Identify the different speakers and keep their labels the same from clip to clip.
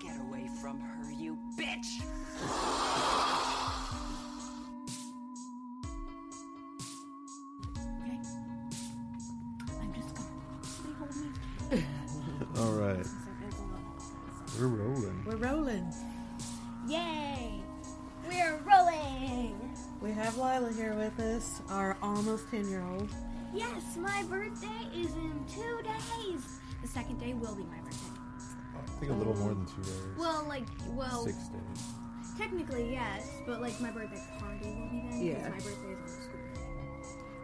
Speaker 1: Get away from her, you bitch!
Speaker 2: All right. We're rolling.
Speaker 3: We're rolling.
Speaker 4: Yay! We're rolling!
Speaker 3: We have Lila here with us, our almost 10 year old.
Speaker 4: Yes, my birthday is in two days! The second day will be my birthday.
Speaker 2: I think a little more than two days.
Speaker 4: Well, like, well,
Speaker 2: Six days.
Speaker 4: technically yes, but like my birthday party will be then
Speaker 3: Yeah.
Speaker 4: because my birthday is on the school day.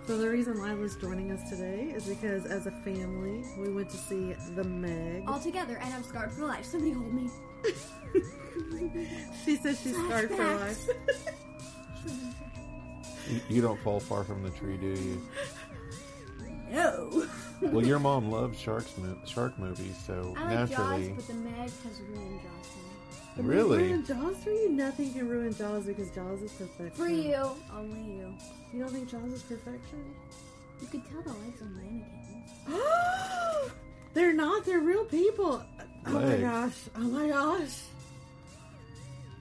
Speaker 3: So, the reason Lila's joining us today is because as a family, we went to see The Meg.
Speaker 4: All together, and I'm scarred for life. Somebody hold me.
Speaker 3: She says she's scarred for life.
Speaker 2: You, you don't fall far from the tree, do you?
Speaker 4: No!
Speaker 2: Well, your mom loves sharks, mo- shark movies, so
Speaker 4: I like
Speaker 2: naturally.
Speaker 4: Jaws, but the Meg has ruined Jaws for me.
Speaker 2: really?
Speaker 3: Ruin Jaws for you? Nothing can ruin Jaws because Jaws is perfection.
Speaker 4: For you, only you.
Speaker 3: You don't think Jaws is perfection?
Speaker 4: You could tell the legs of mannequins.
Speaker 3: they're not, they're real people. Oh my
Speaker 2: Legs.
Speaker 3: gosh. Oh my gosh.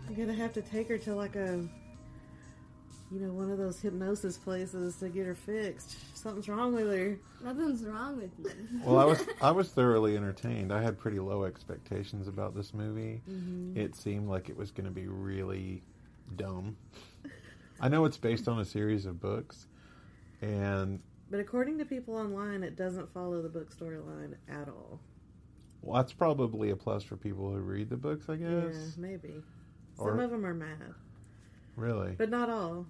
Speaker 3: I'm going to have to take her to like a. You know, one of those hypnosis places to get her fixed. Something's wrong with her.
Speaker 4: Nothing's wrong with me.
Speaker 2: Well, I was I was thoroughly entertained. I had pretty low expectations about this movie.
Speaker 4: Mm-hmm.
Speaker 2: It seemed like it was going to be really dumb. I know it's based on a series of books, and
Speaker 3: But according to people online, it doesn't follow the book storyline at all.
Speaker 2: well, that's probably a plus for people who read the books, I
Speaker 3: Yeah,
Speaker 2: guess.
Speaker 3: maybe.
Speaker 2: Or- Hmm.
Speaker 3: Some of them are mad,
Speaker 2: Really,
Speaker 3: but not all.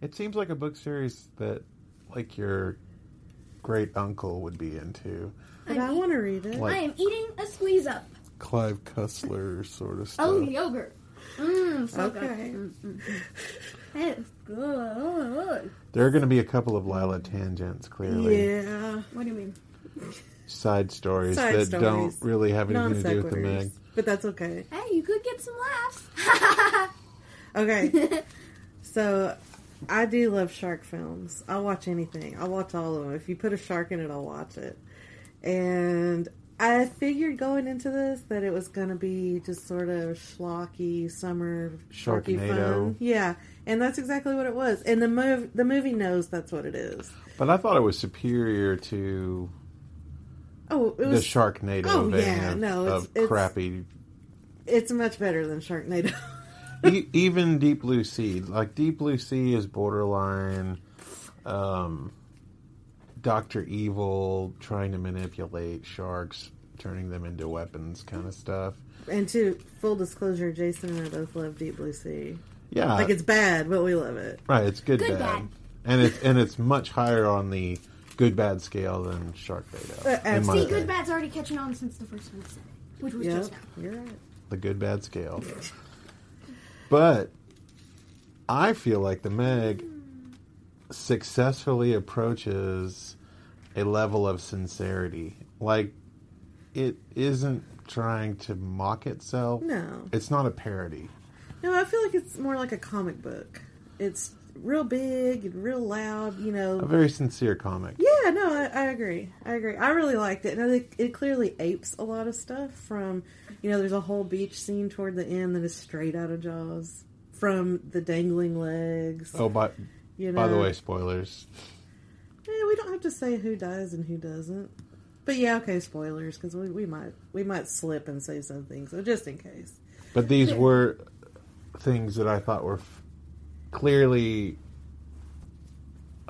Speaker 2: It seems like a book series that, like, your great uncle would be into.
Speaker 3: But I want to read it.
Speaker 2: Like
Speaker 4: I am eating a squeeze up.
Speaker 2: Clive Cussler sort of stuff.
Speaker 4: Oh, yogurt. Mmm, so
Speaker 3: Okay.
Speaker 4: good. It's good.
Speaker 2: There are going to be a couple of Lila tangents, clearly.
Speaker 3: Yeah.
Speaker 4: What do you mean?
Speaker 2: Side stories
Speaker 3: Side
Speaker 2: that
Speaker 3: stories.
Speaker 2: don't really have
Speaker 3: Non
Speaker 2: anything to do with the Meg.
Speaker 3: sequiturs. But that's okay.
Speaker 4: Hey, you could get some laughs.
Speaker 3: Okay. so I do love shark films. I'll watch anything. I'll watch all of them. If you put a shark in it, I'll watch it. And I figured going into this that it was going to be just sort of schlocky summer sharky
Speaker 2: Sharknado.
Speaker 3: fun. Yeah, and that's exactly what it was. And the mov- the movie knows that's what it is.
Speaker 2: But I thought it was superior to
Speaker 3: Oh, it
Speaker 2: the
Speaker 3: was
Speaker 2: Sharknado
Speaker 3: Oh,
Speaker 2: vein
Speaker 3: yeah,
Speaker 2: of,
Speaker 3: no, it's-
Speaker 2: of
Speaker 3: it's-
Speaker 2: crappy.
Speaker 3: It's much better than Sharknado.
Speaker 2: e- even Deep Blue Sea. Like, Deep Blue Sea is borderline. Um, Dr. Evil trying to manipulate sharks, turning them into weapons kind of stuff.
Speaker 3: and to full disclosure, Jason and I both love Deep Blue Sea.
Speaker 2: Yeah.
Speaker 3: Like it's bad, but we love it.
Speaker 2: Right, it's good,
Speaker 4: Good bad.
Speaker 2: bad. And it's and it's much higher on the good bad scale than Sharknado. in
Speaker 3: Uh,
Speaker 2: my
Speaker 3: absolutely.
Speaker 4: See, good
Speaker 2: opinion.
Speaker 4: bad's already catching on since the first one said it, which was
Speaker 3: Yep,
Speaker 4: just now.
Speaker 3: you're right.
Speaker 2: The good bad scale. but I feel like the Meg successfully approaches a level of sincerity. Like it isn't trying to mock itself.
Speaker 3: No.
Speaker 2: It's not a parody.
Speaker 3: No, I feel like it's more like a comic book. It's real big and real loud, you
Speaker 2: A
Speaker 3: know.
Speaker 2: very sincere comic.
Speaker 3: Yeah, no, I, I agree. I agree. I really liked it. And I think it clearly apes a lot of stuff from, you know, there's a whole beach scene toward the end that is straight out of Jaws. From the dangling legs.
Speaker 2: Oh, by
Speaker 3: you know.
Speaker 2: by the way, spoilers.
Speaker 3: Eh, we don't have to say who dies and who doesn't. But yeah, okay, spoilers, because we, we might we might slip and say some things, so just in case.
Speaker 2: But these were things that I thought were f- clearly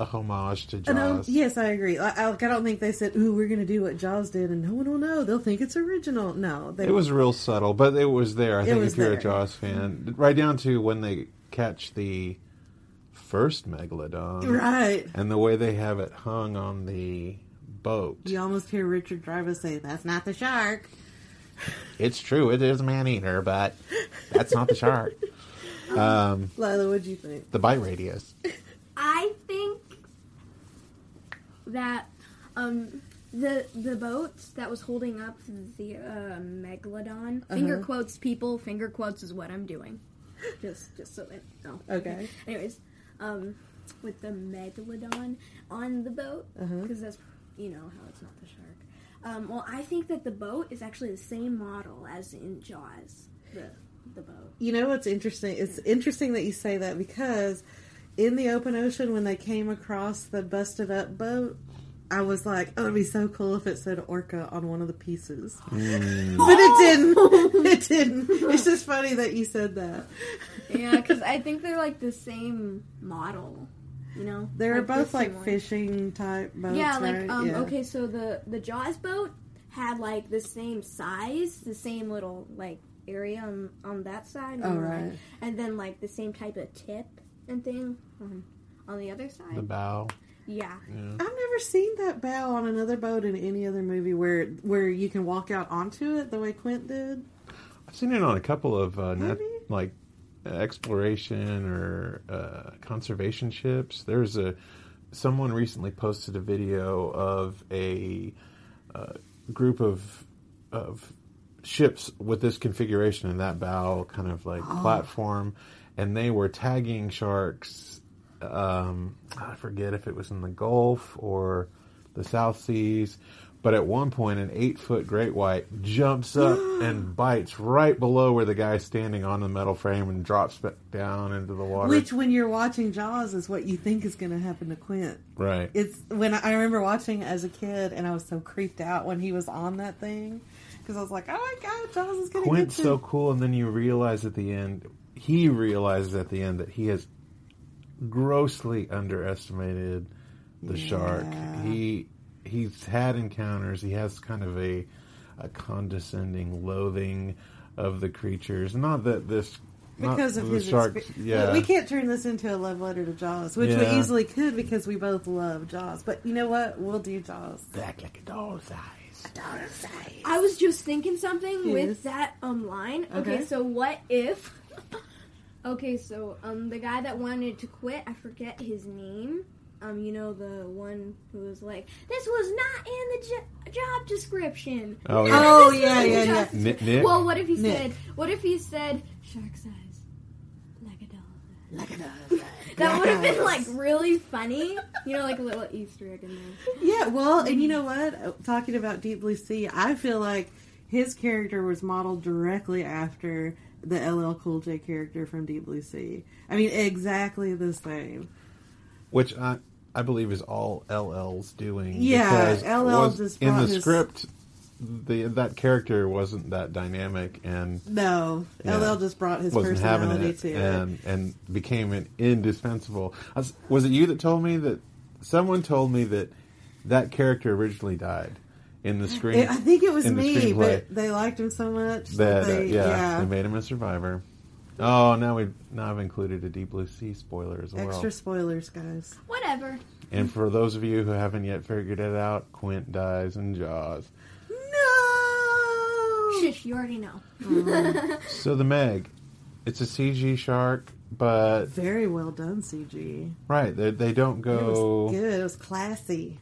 Speaker 2: a homage to
Speaker 3: And, um,
Speaker 2: Jaws.
Speaker 3: yes, I agree. I, I, like, I don't think they said, "Ooh, we're going to do what Jaws did," and no one will know. They'll think it's original. No, they
Speaker 2: It was real subtle, but it was there. I think
Speaker 3: was
Speaker 2: if you're a
Speaker 3: there.
Speaker 2: Jaws fan, right down to when they catch the first megalodon
Speaker 3: right.
Speaker 2: and the way they have it hung on the boat.
Speaker 3: You almost hear Richard Dreyfuss say, "That's not the shark."
Speaker 2: It's true, it is a man eater, but that's not the shark. Um,
Speaker 3: Lila, what do you think?
Speaker 2: the bite radius.
Speaker 4: I think that um, the the boat that was holding up the uh, megalodon. Finger quotes, people. Finger quotes is what I'm doing. Just just so it. No.
Speaker 3: Okay.
Speaker 4: Anyways, um, with the megalodon on the boat because that's you know how it's not the shark. Um, well, I think that the boat is actually the same model as in Jaws. The the boat.
Speaker 3: You know what's interesting? It's interesting that you say that because in the open ocean, when they came across the busted up boat, I was like, "Oh, it'd be so cool if it said orca on one of the pieces," but it didn't. It didn't. It's just funny that you said that.
Speaker 4: Yeah, because I think they're like the same model. You know,
Speaker 3: They're both
Speaker 4: the
Speaker 3: like
Speaker 4: similar-
Speaker 3: fishing type boats.
Speaker 4: Yeah,
Speaker 3: right?
Speaker 4: like um,
Speaker 3: Yeah.
Speaker 4: okay, so the the Jaws boat had like the same size, the same little like area on, on that side, and,
Speaker 3: Oh,
Speaker 4: like-
Speaker 3: right.
Speaker 4: and then like the same type of tip and thing on, on the other side.
Speaker 2: The bow.
Speaker 4: yeah,
Speaker 3: I've never seen that bow on another boat in any other movie where where you can walk out onto it the way Quint did.
Speaker 2: I've seen it on a couple of uh, nat-
Speaker 3: Really?
Speaker 2: like uh, exploration or uh, conservation ships. There's a someone recently posted a video of a uh, group of of ships with this configuration and that bow kind of like platform, and they were tagging sharks. Um, I forget if it was in the Gulf or the South Seas, but at one point, an eight foot great white jumps up and bites right below where the guy's standing on the metal frame and drops back down into the water.
Speaker 3: Which, when you're watching Jaws, is what you think is going to happen to Quint.
Speaker 2: right.
Speaker 3: It's when I I remember watching it as a kid, and I was so creeped out when he was on that thing because I was like, "Oh my god, Jaws is going to get
Speaker 2: Quint's
Speaker 3: to."
Speaker 2: so cool, and then you realize at the end, he realizes at the end that he has grossly underestimated the shark.
Speaker 3: Yeah.
Speaker 2: He he's had encounters. He has kind of a a condescending loathing of the creatures. Not that this not
Speaker 3: because of
Speaker 2: the
Speaker 3: his
Speaker 2: sharks.
Speaker 3: expe-
Speaker 2: yeah,
Speaker 3: we can't turn this into a love letter to Jaws, which
Speaker 2: Yeah.
Speaker 3: we easily could because we both love Jaws. But you know what? We'll do Jaws.
Speaker 2: act like a doll's eyes.
Speaker 4: I was just thinking something
Speaker 3: Yes.
Speaker 4: with that um line. Okay,
Speaker 3: Okay.
Speaker 4: so what if? okay, so um the guy that wanted to quit, I forget his name. Um, you know the one who was like, "This was not in the jo- job description."
Speaker 2: Oh, yeah.
Speaker 3: Oh
Speaker 4: This
Speaker 3: yeah,
Speaker 4: was in
Speaker 3: yeah,
Speaker 4: the
Speaker 3: yeah.
Speaker 4: job description."
Speaker 2: Nick- Nick?
Speaker 4: Well, what if he
Speaker 3: Nick.
Speaker 4: said? What if he said shark size, like a doll?
Speaker 3: Like a
Speaker 4: That would have been like really funny, you know, like a little Easter egg in there.
Speaker 3: Yeah, well, and you know what? Talking about Deep Blue Sea, I feel like his character was modeled directly after the LL Cool J character from Deep Blue Sea. I mean, exactly the same.
Speaker 2: which I I believe is all LL's doing.
Speaker 3: Yeah,
Speaker 2: because
Speaker 3: LL
Speaker 2: was-
Speaker 3: just
Speaker 2: in
Speaker 3: brought
Speaker 2: the
Speaker 3: his-
Speaker 2: script. The, that character wasn't that dynamic and
Speaker 3: No,
Speaker 2: Yeah.
Speaker 3: LL just brought his
Speaker 2: wasn't having
Speaker 3: personality
Speaker 2: it
Speaker 3: to it.
Speaker 2: and and became an indispensable. I Was, was it you that told me that someone told me that that character originally died in the screen?
Speaker 3: It- I think it was
Speaker 2: in the
Speaker 3: me,
Speaker 2: screenplay
Speaker 3: but they liked him so much
Speaker 2: that
Speaker 3: that,
Speaker 2: uh,
Speaker 3: they,
Speaker 2: yeah,
Speaker 3: yeah,
Speaker 2: they made him a survivor. Oh, now we now I've included a Deep Blue Sea spoiler as well.
Speaker 3: extra spoilers, guys.
Speaker 4: Whatever.
Speaker 2: And for those of you who haven't yet figured it out, Quint dies in Jaws.
Speaker 3: No,
Speaker 4: Shush, you already know.
Speaker 2: So the Meg, it's a CG shark, but
Speaker 3: very well done, CG.
Speaker 2: right, they, they don't
Speaker 3: It was
Speaker 2: go.
Speaker 3: good. It was classy.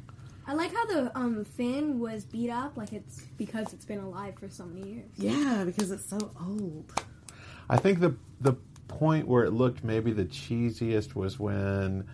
Speaker 4: I like how the um fin was beat up, like it's because it's been alive for so many years.
Speaker 3: Yeah, because it's so old.
Speaker 2: I think the the point where it looked maybe the cheesiest was when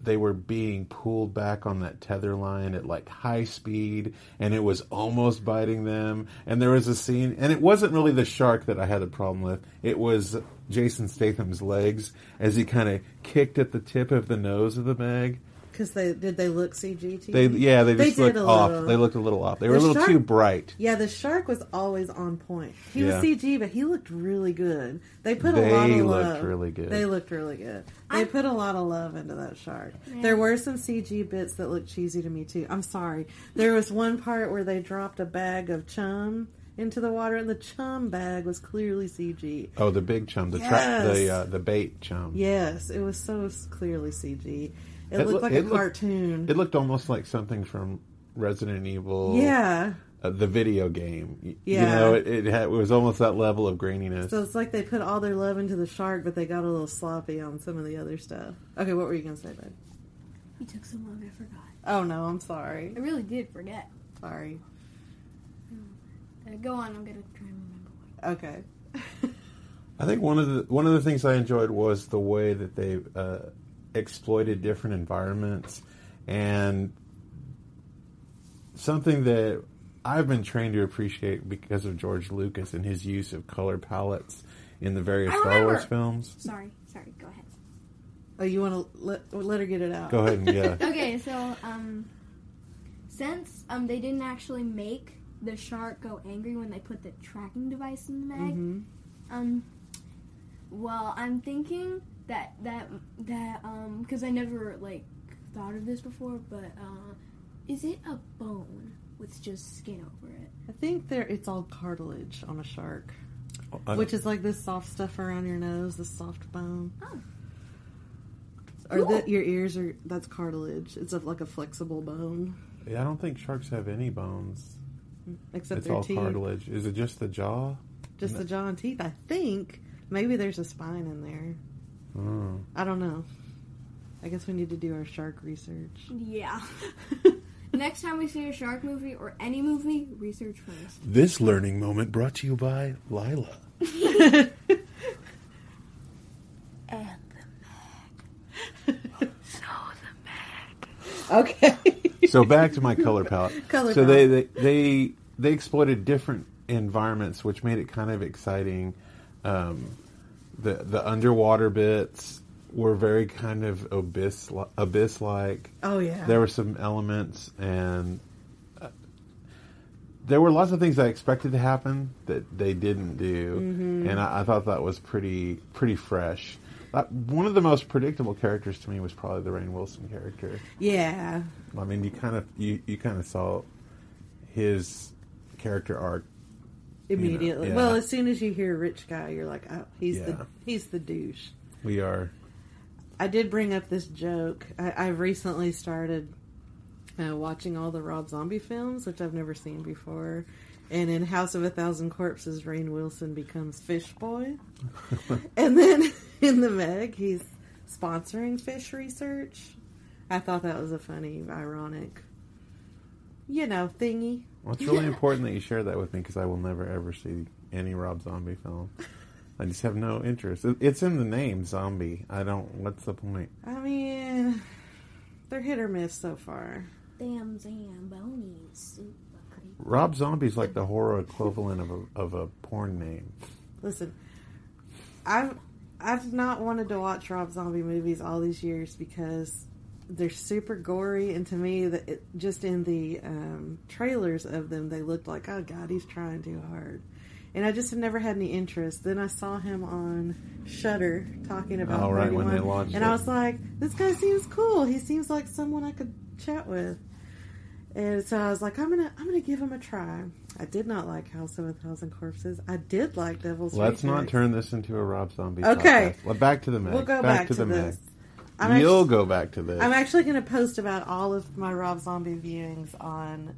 Speaker 2: they were being pulled back on that tether line at like high speed and it was almost biting them and there was a scene and it wasn't really the shark that I had a problem with it was Jason Statham's legs as he kind of kicked at the tip of the nose of the Meg
Speaker 3: Because they did they look CG to
Speaker 2: They
Speaker 3: you?
Speaker 2: yeah, they just
Speaker 3: did
Speaker 2: looked
Speaker 3: a
Speaker 2: off.
Speaker 3: little.
Speaker 2: They looked a little off. They were
Speaker 3: The
Speaker 2: a little
Speaker 3: shark-
Speaker 2: too bright.
Speaker 3: Yeah, the shark was always on point. He
Speaker 2: Yeah.
Speaker 3: was CG, but he looked really good. They put a
Speaker 2: They
Speaker 3: lot of
Speaker 2: looked
Speaker 3: love.
Speaker 2: really good.
Speaker 3: They looked really good. They put a lot of love into that shark. There were some CG bits that looked cheesy to me too. I'm sorry. There was one part where they dropped a bag of chum into the water, and the chum bag was clearly CG.
Speaker 2: Oh, the big chum, the trap,
Speaker 3: Yes.
Speaker 2: the uh, the bait chum.
Speaker 3: Yes, it was so s- clearly CG. It,
Speaker 2: It
Speaker 3: looked
Speaker 2: loo-
Speaker 3: like
Speaker 2: it
Speaker 3: a
Speaker 2: looked-
Speaker 3: cartoon.
Speaker 2: It looked almost like something from Resident Evil.
Speaker 3: yeah.
Speaker 2: uh, the video game. Y- You
Speaker 3: Yeah.
Speaker 2: know, it, it, had, it was almost that level of graininess.
Speaker 3: So it's like they put all their love into the shark, but they got a little sloppy on some of the other stuff. Okay, what were you gonna say, babe?
Speaker 4: You took so long, I forgot.
Speaker 3: Oh no, I'm sorry.
Speaker 4: I really did forget.
Speaker 3: Sorry.
Speaker 4: Uh, go on, I'm gonna try and remember. what-
Speaker 3: Okay.
Speaker 2: I think one of the one of the things I enjoyed was the way that they uh, exploited different environments, and something that I've been trained to appreciate because of George Lucas and his use of color palettes in the various
Speaker 4: I
Speaker 2: Star
Speaker 4: remember.
Speaker 2: Wars films.
Speaker 4: Sorry, sorry. Go ahead.
Speaker 3: Oh, you want to let, let her get it out?
Speaker 2: Go ahead and yeah.
Speaker 4: Okay, so um, since um they didn't actually make the shark go angry when they put the tracking device in the mag,
Speaker 3: hmm
Speaker 4: um, well, I'm thinking that that that um because I never like thought of this before, but uh, is it a bone with just skin over it?
Speaker 3: I think there it's all cartilage on a shark,
Speaker 2: I-
Speaker 3: which is like this soft stuff around your nose, this soft bone.
Speaker 4: Oh.
Speaker 3: Or that
Speaker 4: Cool.
Speaker 3: your ears are that's cartilage. It's of like a flexible bone,
Speaker 2: yeah, I don't think sharks have any bones.
Speaker 3: except
Speaker 2: it's
Speaker 3: their
Speaker 2: all
Speaker 3: teeth,
Speaker 2: cartilage. Is it just the jaw?
Speaker 3: just the jaw and teeth. I think maybe there's a spine in there.
Speaker 2: Mm.
Speaker 3: I don't know. I guess we need to do our shark research.
Speaker 4: Yeah. Next time we see a shark movie or any movie, research first.
Speaker 2: This learning moment brought to you by Lila.
Speaker 3: okay.
Speaker 2: so back to my color palette.
Speaker 3: Color
Speaker 2: so They, they they they exploited different environments, which made it kind of exciting. Um, the the underwater bits were very kind of abyss abyss like.
Speaker 3: Oh yeah.
Speaker 2: There were some elements, and uh, there were lots of things I expected to happen that they didn't do,
Speaker 3: Mm-hmm.
Speaker 2: and I, I thought that was pretty pretty fresh. Uh, one of the most predictable characters to me was probably the Rain Wilson character.
Speaker 3: yeah.
Speaker 2: I mean, you kind of you, you kind of saw his character arc.
Speaker 3: Immediately.
Speaker 2: yeah.
Speaker 3: Well, as soon as you hear rich guy, you're like, oh, he's
Speaker 2: Yeah.
Speaker 3: the he's the douche.
Speaker 2: We are
Speaker 3: I did bring up this joke. I, I've recently started uh, watching all the Rob Zombie films, which I've never seen before. And in House of a Thousand Corpses, Rain Wilson becomes Fish Boy. and then in The Meg, he's sponsoring fish research. I thought that was a funny, ironic, you know, thingy.
Speaker 2: Well, it's really important that you share that with me because I will never ever see any Rob Zombie film. I just have no interest. It- It's in the name, zombie. I don't. What's the point?
Speaker 3: I mean, they're hit or miss so far.
Speaker 4: Damn, damn, bonies. Super creepy.
Speaker 2: Rob Zombie's like the horror equivalent of a of a porn name.
Speaker 3: Listen, I've I've not wanted to watch Rob Zombie movies all these years because they're super gory, and to me, that it, just in the um, trailers of them, they looked like oh god, he's trying too hard, and I just have never had any interest. Then I saw him on Shudder talking about
Speaker 2: Oh, right, when they
Speaker 3: 31,
Speaker 2: launched
Speaker 3: and
Speaker 2: it.
Speaker 3: I was like, this guy seems cool. He seems like someone I could chat with. And so I was like, I'm gonna, I'm gonna give him a try. I did not like House of a Thousand Corpses. I did like Devil's.
Speaker 2: Let's not
Speaker 3: Rejects.
Speaker 2: turn this into a Rob Zombie.
Speaker 3: Okay.
Speaker 2: podcast. Well, back to the Meg.
Speaker 3: We'll go back, to, this. I'm
Speaker 2: You'll
Speaker 3: actually,
Speaker 2: go back to this.
Speaker 3: I'm actually going to post about all of my Rob Zombie viewings on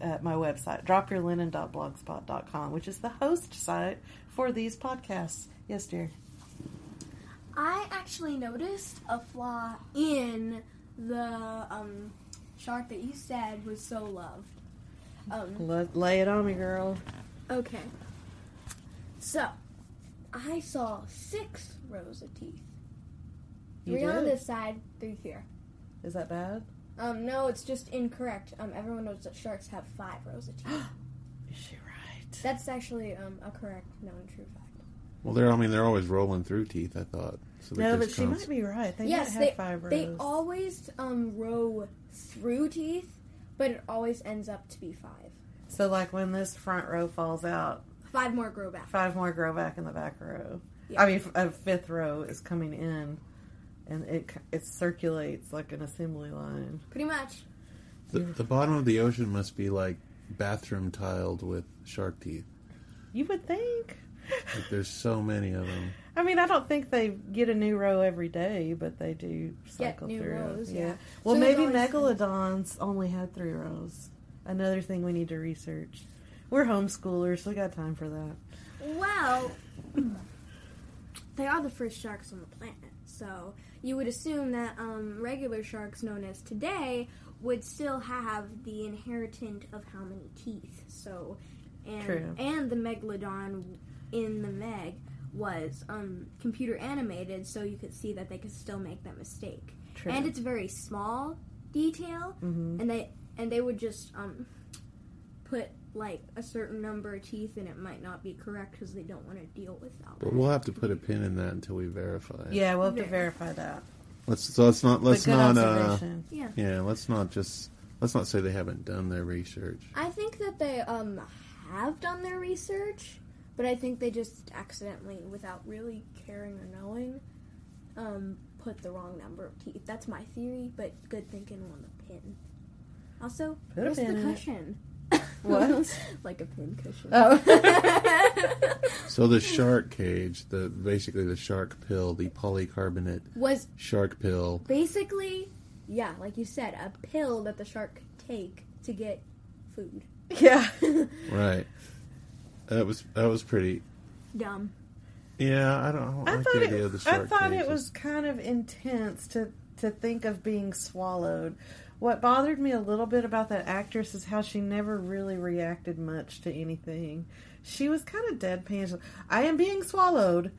Speaker 3: uh, my website, dropyourlinen.blogspot.com, which is the host site for these podcasts. Yes, dear.
Speaker 4: I actually noticed a flaw in the um, shark that you said was so loved. Um,
Speaker 3: Let, lay it on me, girl.
Speaker 4: okay. So, I saw six rows of teeth.
Speaker 3: You
Speaker 4: Three on
Speaker 3: did?
Speaker 4: this side, three here.
Speaker 3: Is that bad?
Speaker 4: Um, no, it's just incorrect. Um, everyone knows that sharks have five rows of teeth.
Speaker 3: Is she right?
Speaker 4: That's actually um, a correct, known true fact.
Speaker 2: well, they're. I mean, they're always rolling through teeth. I thought. So they
Speaker 3: No, but
Speaker 2: just
Speaker 3: she
Speaker 2: const-
Speaker 3: might be right. They
Speaker 4: yes,
Speaker 3: might have
Speaker 4: they,
Speaker 3: five rows.
Speaker 4: they always um, row through teeth, but it always ends up to be five.
Speaker 3: So, like, when this front row falls out,
Speaker 4: Five more grow back.
Speaker 3: five more grow back in the back row.
Speaker 4: Yeah.
Speaker 3: I mean, f- a fifth row is coming in, and it c- it circulates like an assembly line.
Speaker 4: Pretty much.
Speaker 2: The, the bottom of the ocean must be like bathroom tiled with shark teeth.
Speaker 3: You would think.
Speaker 2: Like there's so many of them.
Speaker 3: I mean, I don't think they get a new row every day, but they do
Speaker 4: Get
Speaker 3: cycle
Speaker 4: new
Speaker 3: through.
Speaker 4: rows, yeah.
Speaker 3: Well,
Speaker 4: So there's
Speaker 3: maybe
Speaker 4: always-
Speaker 3: megalodons only had three rows. Another thing we need to research. We're homeschoolers, so we got time for that.
Speaker 4: Well, they are the first sharks on the planet, so you would assume that um, regular sharks, known as today, would still have the inheritance of how many teeth. So, and
Speaker 3: True.
Speaker 4: and the megalodon in the Meg was um, computer animated, so you could see that they could still make that mistake.
Speaker 3: True.
Speaker 4: And it's very small detail,
Speaker 3: Mm-hmm.
Speaker 4: and they and they would just um, put like a certain number of teeth, and it might not be correct because they don't want to deal with all that.
Speaker 2: But we'll have to put a pin in that until we verify. it.
Speaker 3: Yeah, we'll have to
Speaker 4: Yeah.
Speaker 3: verify that.
Speaker 2: Let's so let's not
Speaker 3: But
Speaker 2: let's
Speaker 3: good
Speaker 2: not uh
Speaker 3: observation.
Speaker 4: Yeah.
Speaker 2: yeah, let's not just let's not say they haven't done their research.
Speaker 4: I think that they um have done their research, but I think they just accidentally, without really caring or knowing, um, put the wrong number of teeth. That's my theory, but good thinking on the pin. Also,
Speaker 3: Put a
Speaker 4: where's the
Speaker 3: pin in it.
Speaker 4: cushion?
Speaker 3: What? Oh.
Speaker 4: like a pin cushion.
Speaker 2: So the shark cage, the basically the shark pill, the polycarbonate
Speaker 4: Was
Speaker 2: shark pill.
Speaker 4: basically, yeah, like you said, a pill that the shark could take to get food.
Speaker 3: yeah.
Speaker 2: Right. That was that was pretty
Speaker 4: Dumb.
Speaker 2: yeah, I don't, I don't
Speaker 3: I
Speaker 2: like
Speaker 3: thought
Speaker 2: the idea of the
Speaker 3: it,
Speaker 2: shark
Speaker 3: I thought it
Speaker 2: cages.
Speaker 3: was kind of intense to to think of being swallowed. What bothered me a little bit about that actress is how she never really reacted much to anything. She was kind of deadpan. She's like, I am being swallowed.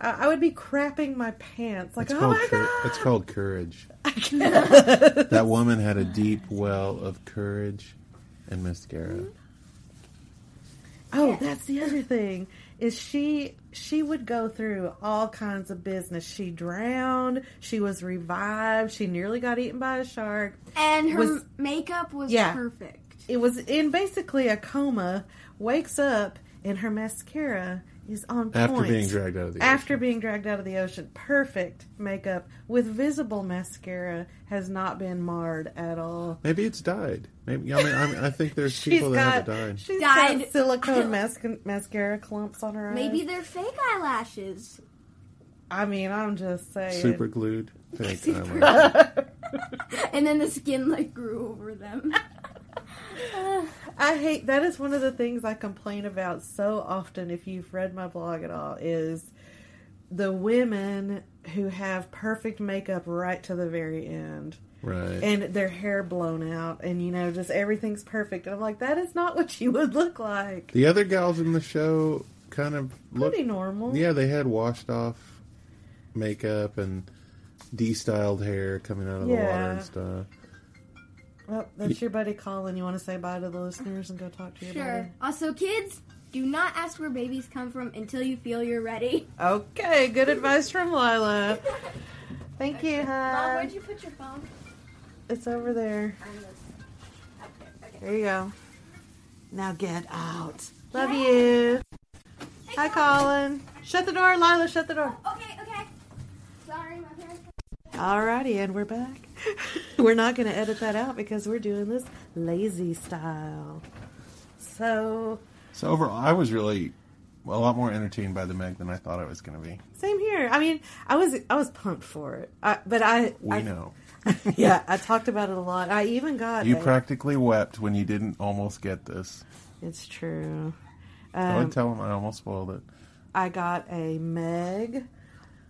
Speaker 3: I, I would be crapping my pants. Like,
Speaker 2: it's
Speaker 3: oh
Speaker 2: called
Speaker 3: my
Speaker 2: cour-
Speaker 3: god!
Speaker 2: it's called courage. That woman had a deep well of courage and mascara.
Speaker 3: Mm-hmm. Oh, that's the other thing is she she would go through all kinds of business. She drowned. She was revived. She nearly got eaten by a shark.
Speaker 4: And her
Speaker 3: Was-
Speaker 4: makeup was
Speaker 3: Yeah.
Speaker 4: perfect.
Speaker 3: It was in basically a coma. Wakes up and her mascara is on
Speaker 2: After
Speaker 3: point.
Speaker 2: being dragged out of the
Speaker 3: after
Speaker 2: ocean.
Speaker 3: being dragged out of the ocean. Perfect makeup with visible mascara has not been marred at all.
Speaker 2: Maybe it's died. Maybe I mean, I, mean, I think there's
Speaker 3: She's
Speaker 2: people that
Speaker 3: got,
Speaker 2: haven't died.
Speaker 3: she's
Speaker 4: Died.
Speaker 3: got silicone masca- mascara clumps on her eyes.
Speaker 4: Maybe they're fake eyelashes.
Speaker 3: I mean, I'm just saying.
Speaker 2: Super glued. Fake eyeliner.
Speaker 4: And then the skin like grew over them.
Speaker 3: I hate that is one of the things I complain about so often if you've read my blog at all is the women who have perfect makeup right to the very end
Speaker 2: Right.
Speaker 3: and their hair blown out and you know just everything's perfect and I'm like that is not what you would look like.
Speaker 2: the other gals in the show kind of looked.
Speaker 3: Pretty normal.
Speaker 2: Yeah, they had washed off makeup and de-styled hair coming out of the water
Speaker 3: Yeah.
Speaker 2: and stuff.
Speaker 3: Well, that's Oh, your buddy Colin. You want to say bye to the listeners and go talk to your
Speaker 4: sure. Also, kids, do not ask where babies come from until you feel you're ready.
Speaker 3: buddy? Okay, good advice from Lila. Thank you, hon.
Speaker 4: you put your phone?
Speaker 3: It's over there. There you go. Now get out. Love you. Hi, Colin. Shut the door, Lila. Shut the door.
Speaker 4: Okay, okay. Sorry, my parents.
Speaker 3: Alrighty, and we're back. we're not going to edit that out because we're doing this lazy style. So,
Speaker 2: So overall, I was really a lot more entertained by the Meg than I thought I was going to be.
Speaker 3: same here. I mean, I was I was pumped for it, I, but I
Speaker 2: We
Speaker 3: I,
Speaker 2: know
Speaker 3: Yeah, I talked about it a lot. I even got
Speaker 2: you
Speaker 3: a-
Speaker 2: practically wept when you didn't almost get this.
Speaker 3: It's true.
Speaker 2: I would
Speaker 3: Um,
Speaker 2: tell them I almost spoiled it.
Speaker 3: I got a Meg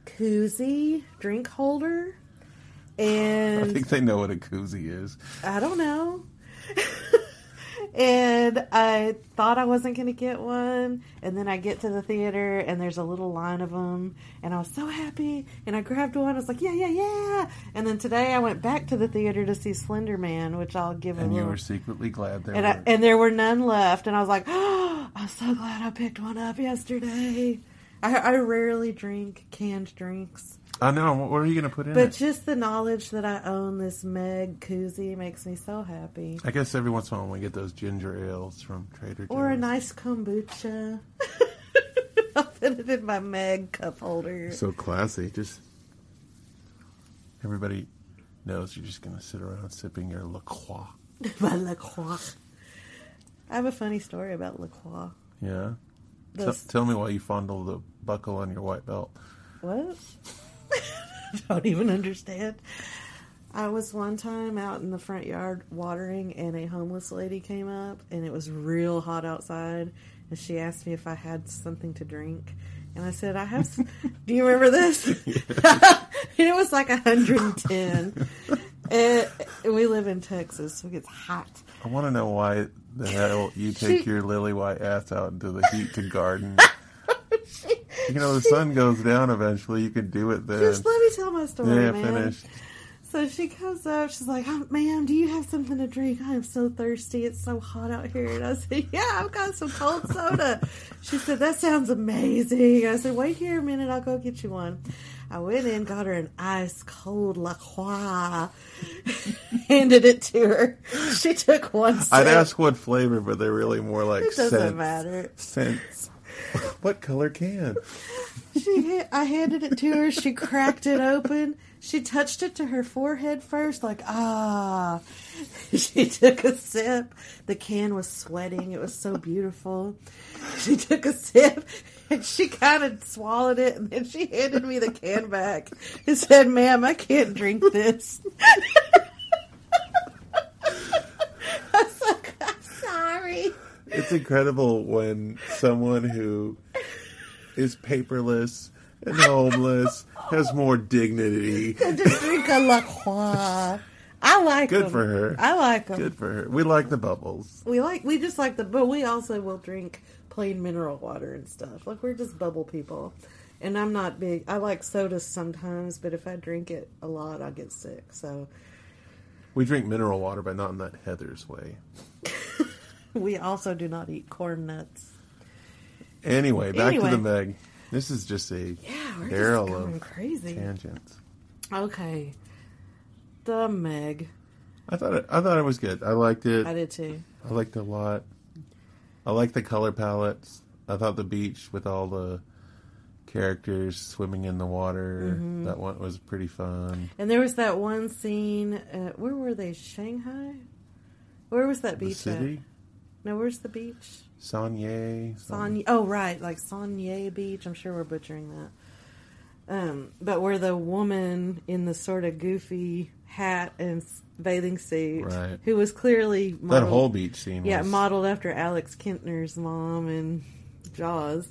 Speaker 3: koozie drink holder,
Speaker 2: I
Speaker 3: and
Speaker 2: think they know what a koozie is.
Speaker 3: I don't know. and I thought I wasn't going to get one. And then I get to the theater and there's a little line of them. And I was so happy. And I grabbed one. I was like, yeah, yeah, yeah. And then today I went back to the theater to see Slender Man, which I'll give a
Speaker 2: And you
Speaker 3: little.
Speaker 2: were secretly glad there.
Speaker 3: Oh. and, I,
Speaker 2: were.
Speaker 3: and there were none left. And I was like, oh, I'm so glad I picked one up yesterday. I, I rarely drink canned drinks.
Speaker 2: I know. What are you going to put in it?
Speaker 3: But just the knowledge that I own this Meg koozie makes me so happy.
Speaker 2: I guess every once in a while we get those ginger ales from Trader Joe's.
Speaker 3: Or a nice kombucha. I'll put it in my Meg cup holder.
Speaker 2: So classy. Just everybody knows you're just going to sit around sipping your La Croix.
Speaker 3: my La Croix. I have a funny story about La Croix.
Speaker 2: Yeah. T-
Speaker 3: Those-
Speaker 2: tell me why you fondle the buckle on your white belt.
Speaker 3: What? Don't even understand. I was one time out in the front yard watering, and a homeless lady came up, and it was real hot outside, and she asked me if I had something to drink. And I said, I have. s- Do you remember this? and it was like 110. and we live in Texas, so it gets hot.
Speaker 2: I want to know why the hell you take your lily white ass out into the heat to garden. you know, the sun goes down eventually. You can do it then.
Speaker 3: Just let me tell my story,
Speaker 2: yeah,
Speaker 3: man.
Speaker 2: finish.
Speaker 3: So she comes up. She's like, oh, "Ma'am, do you have something to drink? I am so thirsty. It's so hot out here." And I said, "Yeah, I've got some cold soda." she said, "That sounds amazing." I said, "Wait here a minute. I'll go get you one." I went in, got her an ice cold La Croix, handed it to her. She took one sip.
Speaker 2: I'd ask what flavor, but they're really more like
Speaker 3: It doesn't
Speaker 2: scents.
Speaker 3: matter.
Speaker 2: Scents. what color can?
Speaker 3: She, ha- I handed it to her. She cracked it open. She touched it to her forehead first, like ah. She took a sip. The can was sweating. It was so beautiful. She took a sip and she kind of swallowed it, and then she handed me the can back and said, "Ma'am, I can't drink this." I was like, "I'm sorry."
Speaker 2: It's incredible when someone who is paperless and homeless has more dignity.
Speaker 3: Just drink a La Croix. I like
Speaker 2: Good
Speaker 3: 'em.
Speaker 2: for her.
Speaker 3: I like them.
Speaker 2: Good for her. We like the bubbles.
Speaker 3: We like we just like the but we also will drink plain mineral water and stuff. Like we're just bubble people. And I'm not big. I like sodas sometimes, but if I drink it a lot, I'll get sick. So
Speaker 2: We drink mineral water, but not in that Heather's way.
Speaker 3: we also do not eat corn nuts.
Speaker 2: Anyway, back
Speaker 3: Anyway.
Speaker 2: to the Meg. This is just a
Speaker 3: Yeah, we're
Speaker 2: barrel
Speaker 3: just going
Speaker 2: of
Speaker 3: crazy.
Speaker 2: tangents.
Speaker 3: Okay, the Meg.
Speaker 2: I thought it, I thought it was good. I liked it.
Speaker 3: I did too.
Speaker 2: I liked it a lot. I liked the color palettes. I thought the beach with all the characters swimming in the water
Speaker 3: Mm-hmm.
Speaker 2: that one was pretty fun.
Speaker 3: And there was that one scene. Uh, where were they? Shanghai. Where was that
Speaker 2: The
Speaker 3: beach? uh, at?
Speaker 2: city,
Speaker 3: No, where's the beach?
Speaker 2: Sanye,
Speaker 3: Son- oh right, like Sonya Beach. I'm sure we're butchering that. Um, but where the woman in the sort of goofy hat and s- bathing suit,
Speaker 2: Right.
Speaker 3: who was clearly
Speaker 2: that
Speaker 3: modeled,
Speaker 2: whole beach scene.
Speaker 3: yeah,
Speaker 2: was,
Speaker 3: modeled after Alex Kintner's mom and Jaws,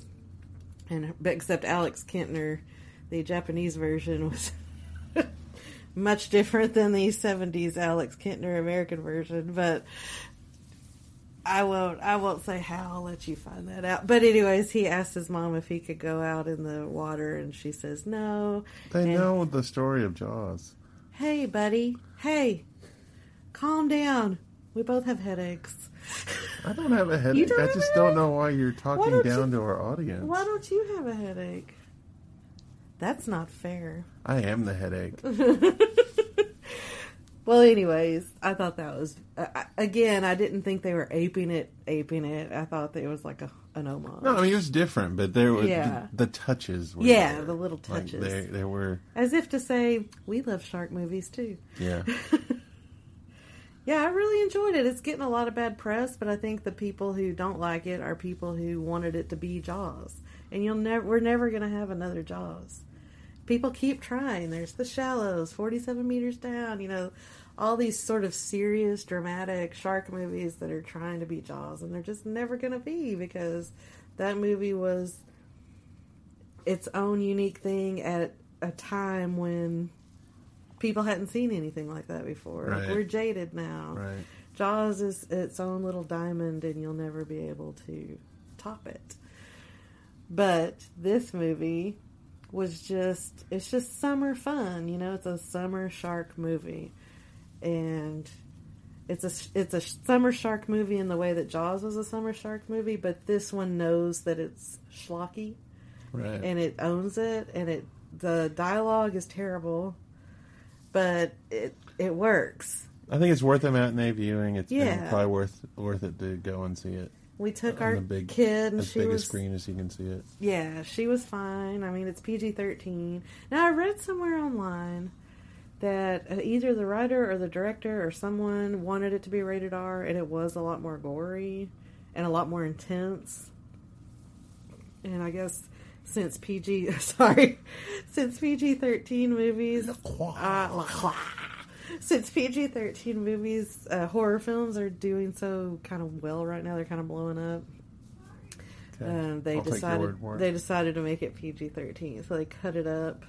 Speaker 3: and but except Alex Kintner, the Japanese version was much different than the '70s Alex Kintner American version. But I won't, I won't say how. I'll let you find that out. But anyways, he asked his mom if he could go out in the water, and she says no.
Speaker 2: They
Speaker 3: And-
Speaker 2: know the story of Jaws.
Speaker 3: Hey, buddy. Hey, calm down. We both have headaches.
Speaker 2: I don't have a headache.
Speaker 3: don't
Speaker 2: I
Speaker 3: have
Speaker 2: just
Speaker 3: a
Speaker 2: don't
Speaker 3: headache?
Speaker 2: know why you're talking
Speaker 3: don't
Speaker 2: down to our audience.
Speaker 3: Why don't you have a headache? That's not fair.
Speaker 2: I am the headache.
Speaker 3: Well, anyways, I thought that was uh, again. I didn't think they were aping it, aping it. I thought that it was like a, an homage.
Speaker 2: No, I mean it was different, but there were
Speaker 3: Yeah.
Speaker 2: the, the touches. Were
Speaker 3: Yeah,
Speaker 2: there.
Speaker 3: the little
Speaker 2: Like,
Speaker 3: touches.
Speaker 2: there, there were.
Speaker 3: As if to say, we love shark movies too.
Speaker 2: Yeah,
Speaker 3: Yeah, I really enjoyed it. It's getting a lot of bad press, but I think the people who don't like it are people who wanted it to be Jaws. And you'll never we're never going to have another Jaws. People keep trying. There's The Shallows, 47 meters down, you know, all these sort of serious dramatic shark movies that are trying to be Jaws and they're just never going to be because that movie was its own unique thing at a time when people hadn't seen anything like that before. Like
Speaker 2: Right.
Speaker 3: we're jaded now.
Speaker 2: right.
Speaker 3: Jaws is its own little diamond, and you'll never be able to top it. But this movie was just, it's just summer fun. You know, it's a summer shark movie. And. It's a it's a summer shark movie in the way that Jaws was a summer shark movie, but this one knows that it's schlocky
Speaker 2: Right.
Speaker 3: and it owns it and it the dialogue is terrible but it it works
Speaker 2: I think it's worth a matinee viewing. It's been
Speaker 3: Yeah.
Speaker 2: probably worth worth it to go and see it
Speaker 3: we took
Speaker 2: on
Speaker 3: our
Speaker 2: the big
Speaker 3: kid and
Speaker 2: as
Speaker 3: she
Speaker 2: big
Speaker 3: was
Speaker 2: a screen as you can see it.
Speaker 3: yeah she was fine i mean it's pg-13 now i read somewhere online that uh, either the writer or the director or someone wanted it to be rated r and it was a lot more gory and a lot more intense and i guess since pg sorry since pg-13 movies uh, Since PG 13 movies, uh, horror films are doing so kind of well right now, they're kind of blowing up. Um, they
Speaker 2: I'll take your
Speaker 3: decided
Speaker 2: word for it.
Speaker 3: they decided to make it PG thirteen, so they cut it up.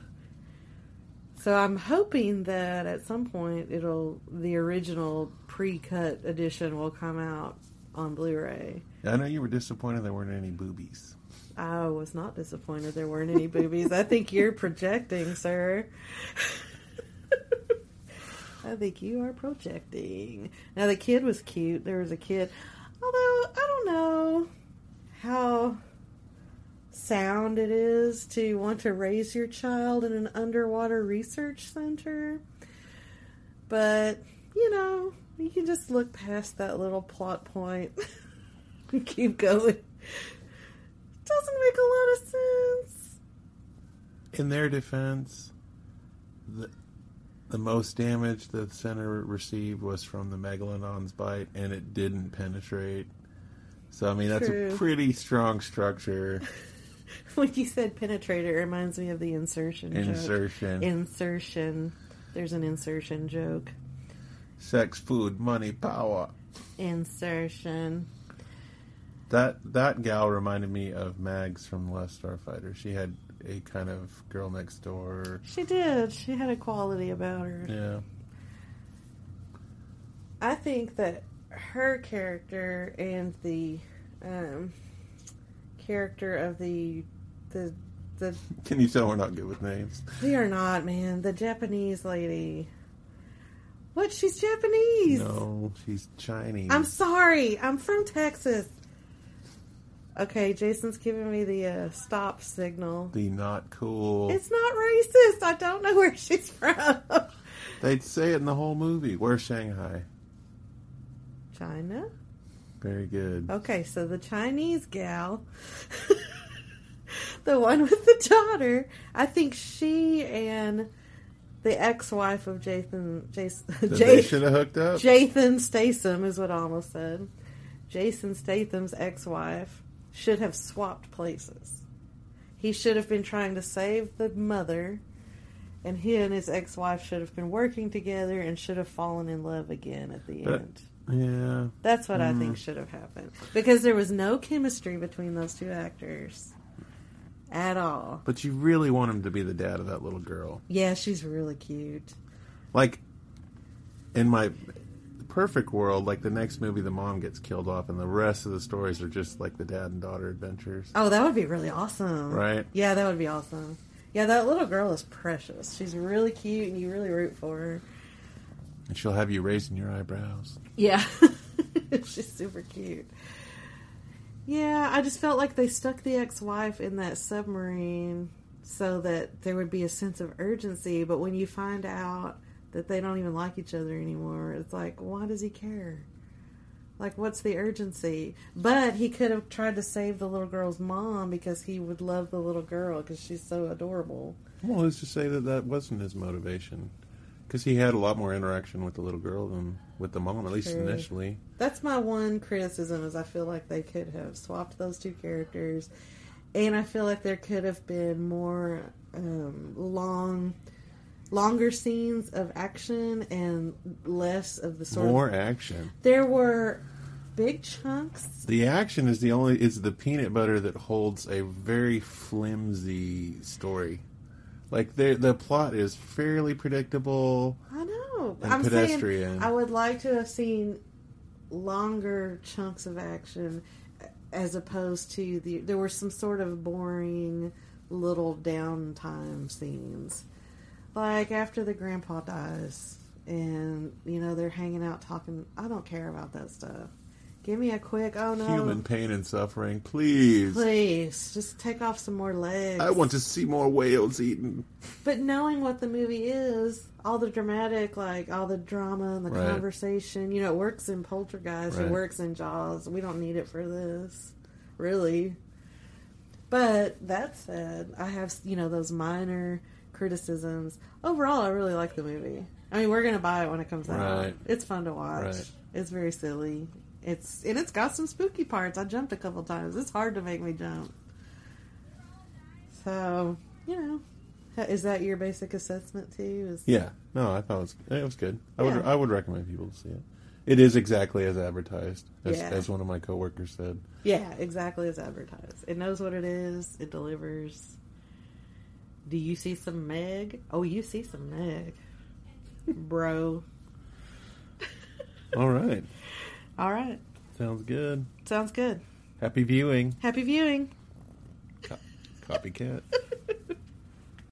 Speaker 3: So I'm hoping that at some point it'll the original pre cut edition will come out on Blu Ray.
Speaker 2: I know you were disappointed there weren't any boobies.
Speaker 3: I was not disappointed there weren't any boobies. I think you're projecting, sir. I think you are projecting. Now the kid was cute. There was a kid. Although I don't know how sound it is to want to raise your child in an underwater research center. But, you know, you can just look past that little plot point and keep going. Doesn't make a lot of sense.
Speaker 2: In their defense, the, the most damage the center received was from the megalodon's bite, and it didn't penetrate. So I mean, that's
Speaker 3: True.
Speaker 2: a pretty strong structure
Speaker 3: When you said penetrator, it reminds me of the insertion joke.
Speaker 2: insertion.
Speaker 3: Insertion. There's an insertion joke.
Speaker 2: Sex, food, money, power.
Speaker 3: Insertion.
Speaker 2: That that gal reminded me of Mags from Last Starfighter. She had a kind of girl next door.
Speaker 3: She did. She had a quality about her.
Speaker 2: Yeah.
Speaker 3: I think that her character and the um, character of the the the
Speaker 2: Can you tell we're not good with names?
Speaker 3: we are not man the Japanese lady. What? She's Japanese.
Speaker 2: No, she's Chinese.
Speaker 3: I'm sorry. I'm from Texas. Okay, Jason's giving me the uh, stop signal.
Speaker 2: the not cool.
Speaker 3: It's not racist. I don't know where she's from.
Speaker 2: They'd say it in the whole movie. Where's Shanghai?
Speaker 3: China.
Speaker 2: Very good.
Speaker 3: Okay, so the Chinese gal, the one with the daughter, I think she and the ex-wife of Jason, Jason,
Speaker 2: Then they
Speaker 3: Jason,
Speaker 2: should have hooked up.
Speaker 3: Jason Statham is what I almost said. Jason Statham's ex-wife should have swapped places. He should have been trying to save the mother, and he and his ex-wife should have been working together and should have fallen in love again at the
Speaker 2: But- mm.
Speaker 3: end.
Speaker 2: yeah.
Speaker 3: That's what I think should have happened because there was no chemistry between those two actors at all.
Speaker 2: But you really want him to be the dad of that little girl.
Speaker 3: Yeah, she's really cute.
Speaker 2: Like, in my perfect world, like the next movie, the mom gets killed off, and the rest of the stories are just like the dad and daughter adventures.
Speaker 3: Oh, that would be really awesome.
Speaker 2: Right.
Speaker 3: Yeah, that would be awesome. Yeah, that little girl is precious. She's really cute and you really root for her.
Speaker 2: And she'll have you raising your eyebrows.
Speaker 3: Yeah. she's super cute. Yeah, I just felt like they stuck the ex-wife in that submarine so that there would be a sense of urgency, but when you find out that they don't even like each other anymore, it's like, why does he care? Like, what's the urgency? But he could have tried to save the little girl's mom because he would love the little girl because she's so adorable.
Speaker 2: Well, let's just say that that wasn't his motivation. Because he had a lot more interaction with the little girl than with the mom, at least
Speaker 3: True.
Speaker 2: initially.
Speaker 3: That's my one criticism is I feel like they could have swapped those two characters, and I feel like there could have been more um, long, longer scenes of action and less of the sort. of-
Speaker 2: More action.
Speaker 3: there were big chunks.
Speaker 2: The action is the only is the peanut butter that holds a very flimsy story. Like the the plot is fairly predictable.
Speaker 3: I know.
Speaker 2: And
Speaker 3: I'm
Speaker 2: pedestrian.
Speaker 3: saying I would like to have seen longer chunks of action uh, as opposed to the there were some sort of boring little downtime scenes like after the grandpa dies and you know they're hanging out talking i don't care about that stuff give me a quick oh no
Speaker 2: Human pain and suffering, please.
Speaker 3: please just take off some more legs
Speaker 2: I want to see more whales eaten.
Speaker 3: but knowing what the movie is, all the dramatic, like all the drama and the
Speaker 2: Right.
Speaker 3: conversation, you know, it works in Poltergeist,
Speaker 2: Right.
Speaker 3: it works in Jaws. We don't need it for this, really. But that said, I have you know those minor criticisms. Overall, I really like the movie. I mean, we're gonna buy it when it comes out.
Speaker 2: Right.
Speaker 3: It's fun to watch.
Speaker 2: Right.
Speaker 3: It's very silly. It's and it's got some spooky parts. I jumped a couple times. It's hard to make me jump. So you know, Is that your basic assessment to you? Is,
Speaker 2: Yeah. No, I thought it was it was good. I would
Speaker 3: Yeah.
Speaker 2: I would recommend people to see it. It is exactly as advertised, as,
Speaker 3: Yeah.
Speaker 2: as one of my coworkers said.
Speaker 3: yeah, exactly as advertised. It knows what it is. It delivers. Do you see some Meg? Oh, you see some Meg, bro.
Speaker 2: All right,
Speaker 3: All right,
Speaker 2: sounds good.
Speaker 3: sounds good.
Speaker 2: Happy viewing,
Speaker 3: Happy viewing.
Speaker 2: copycat.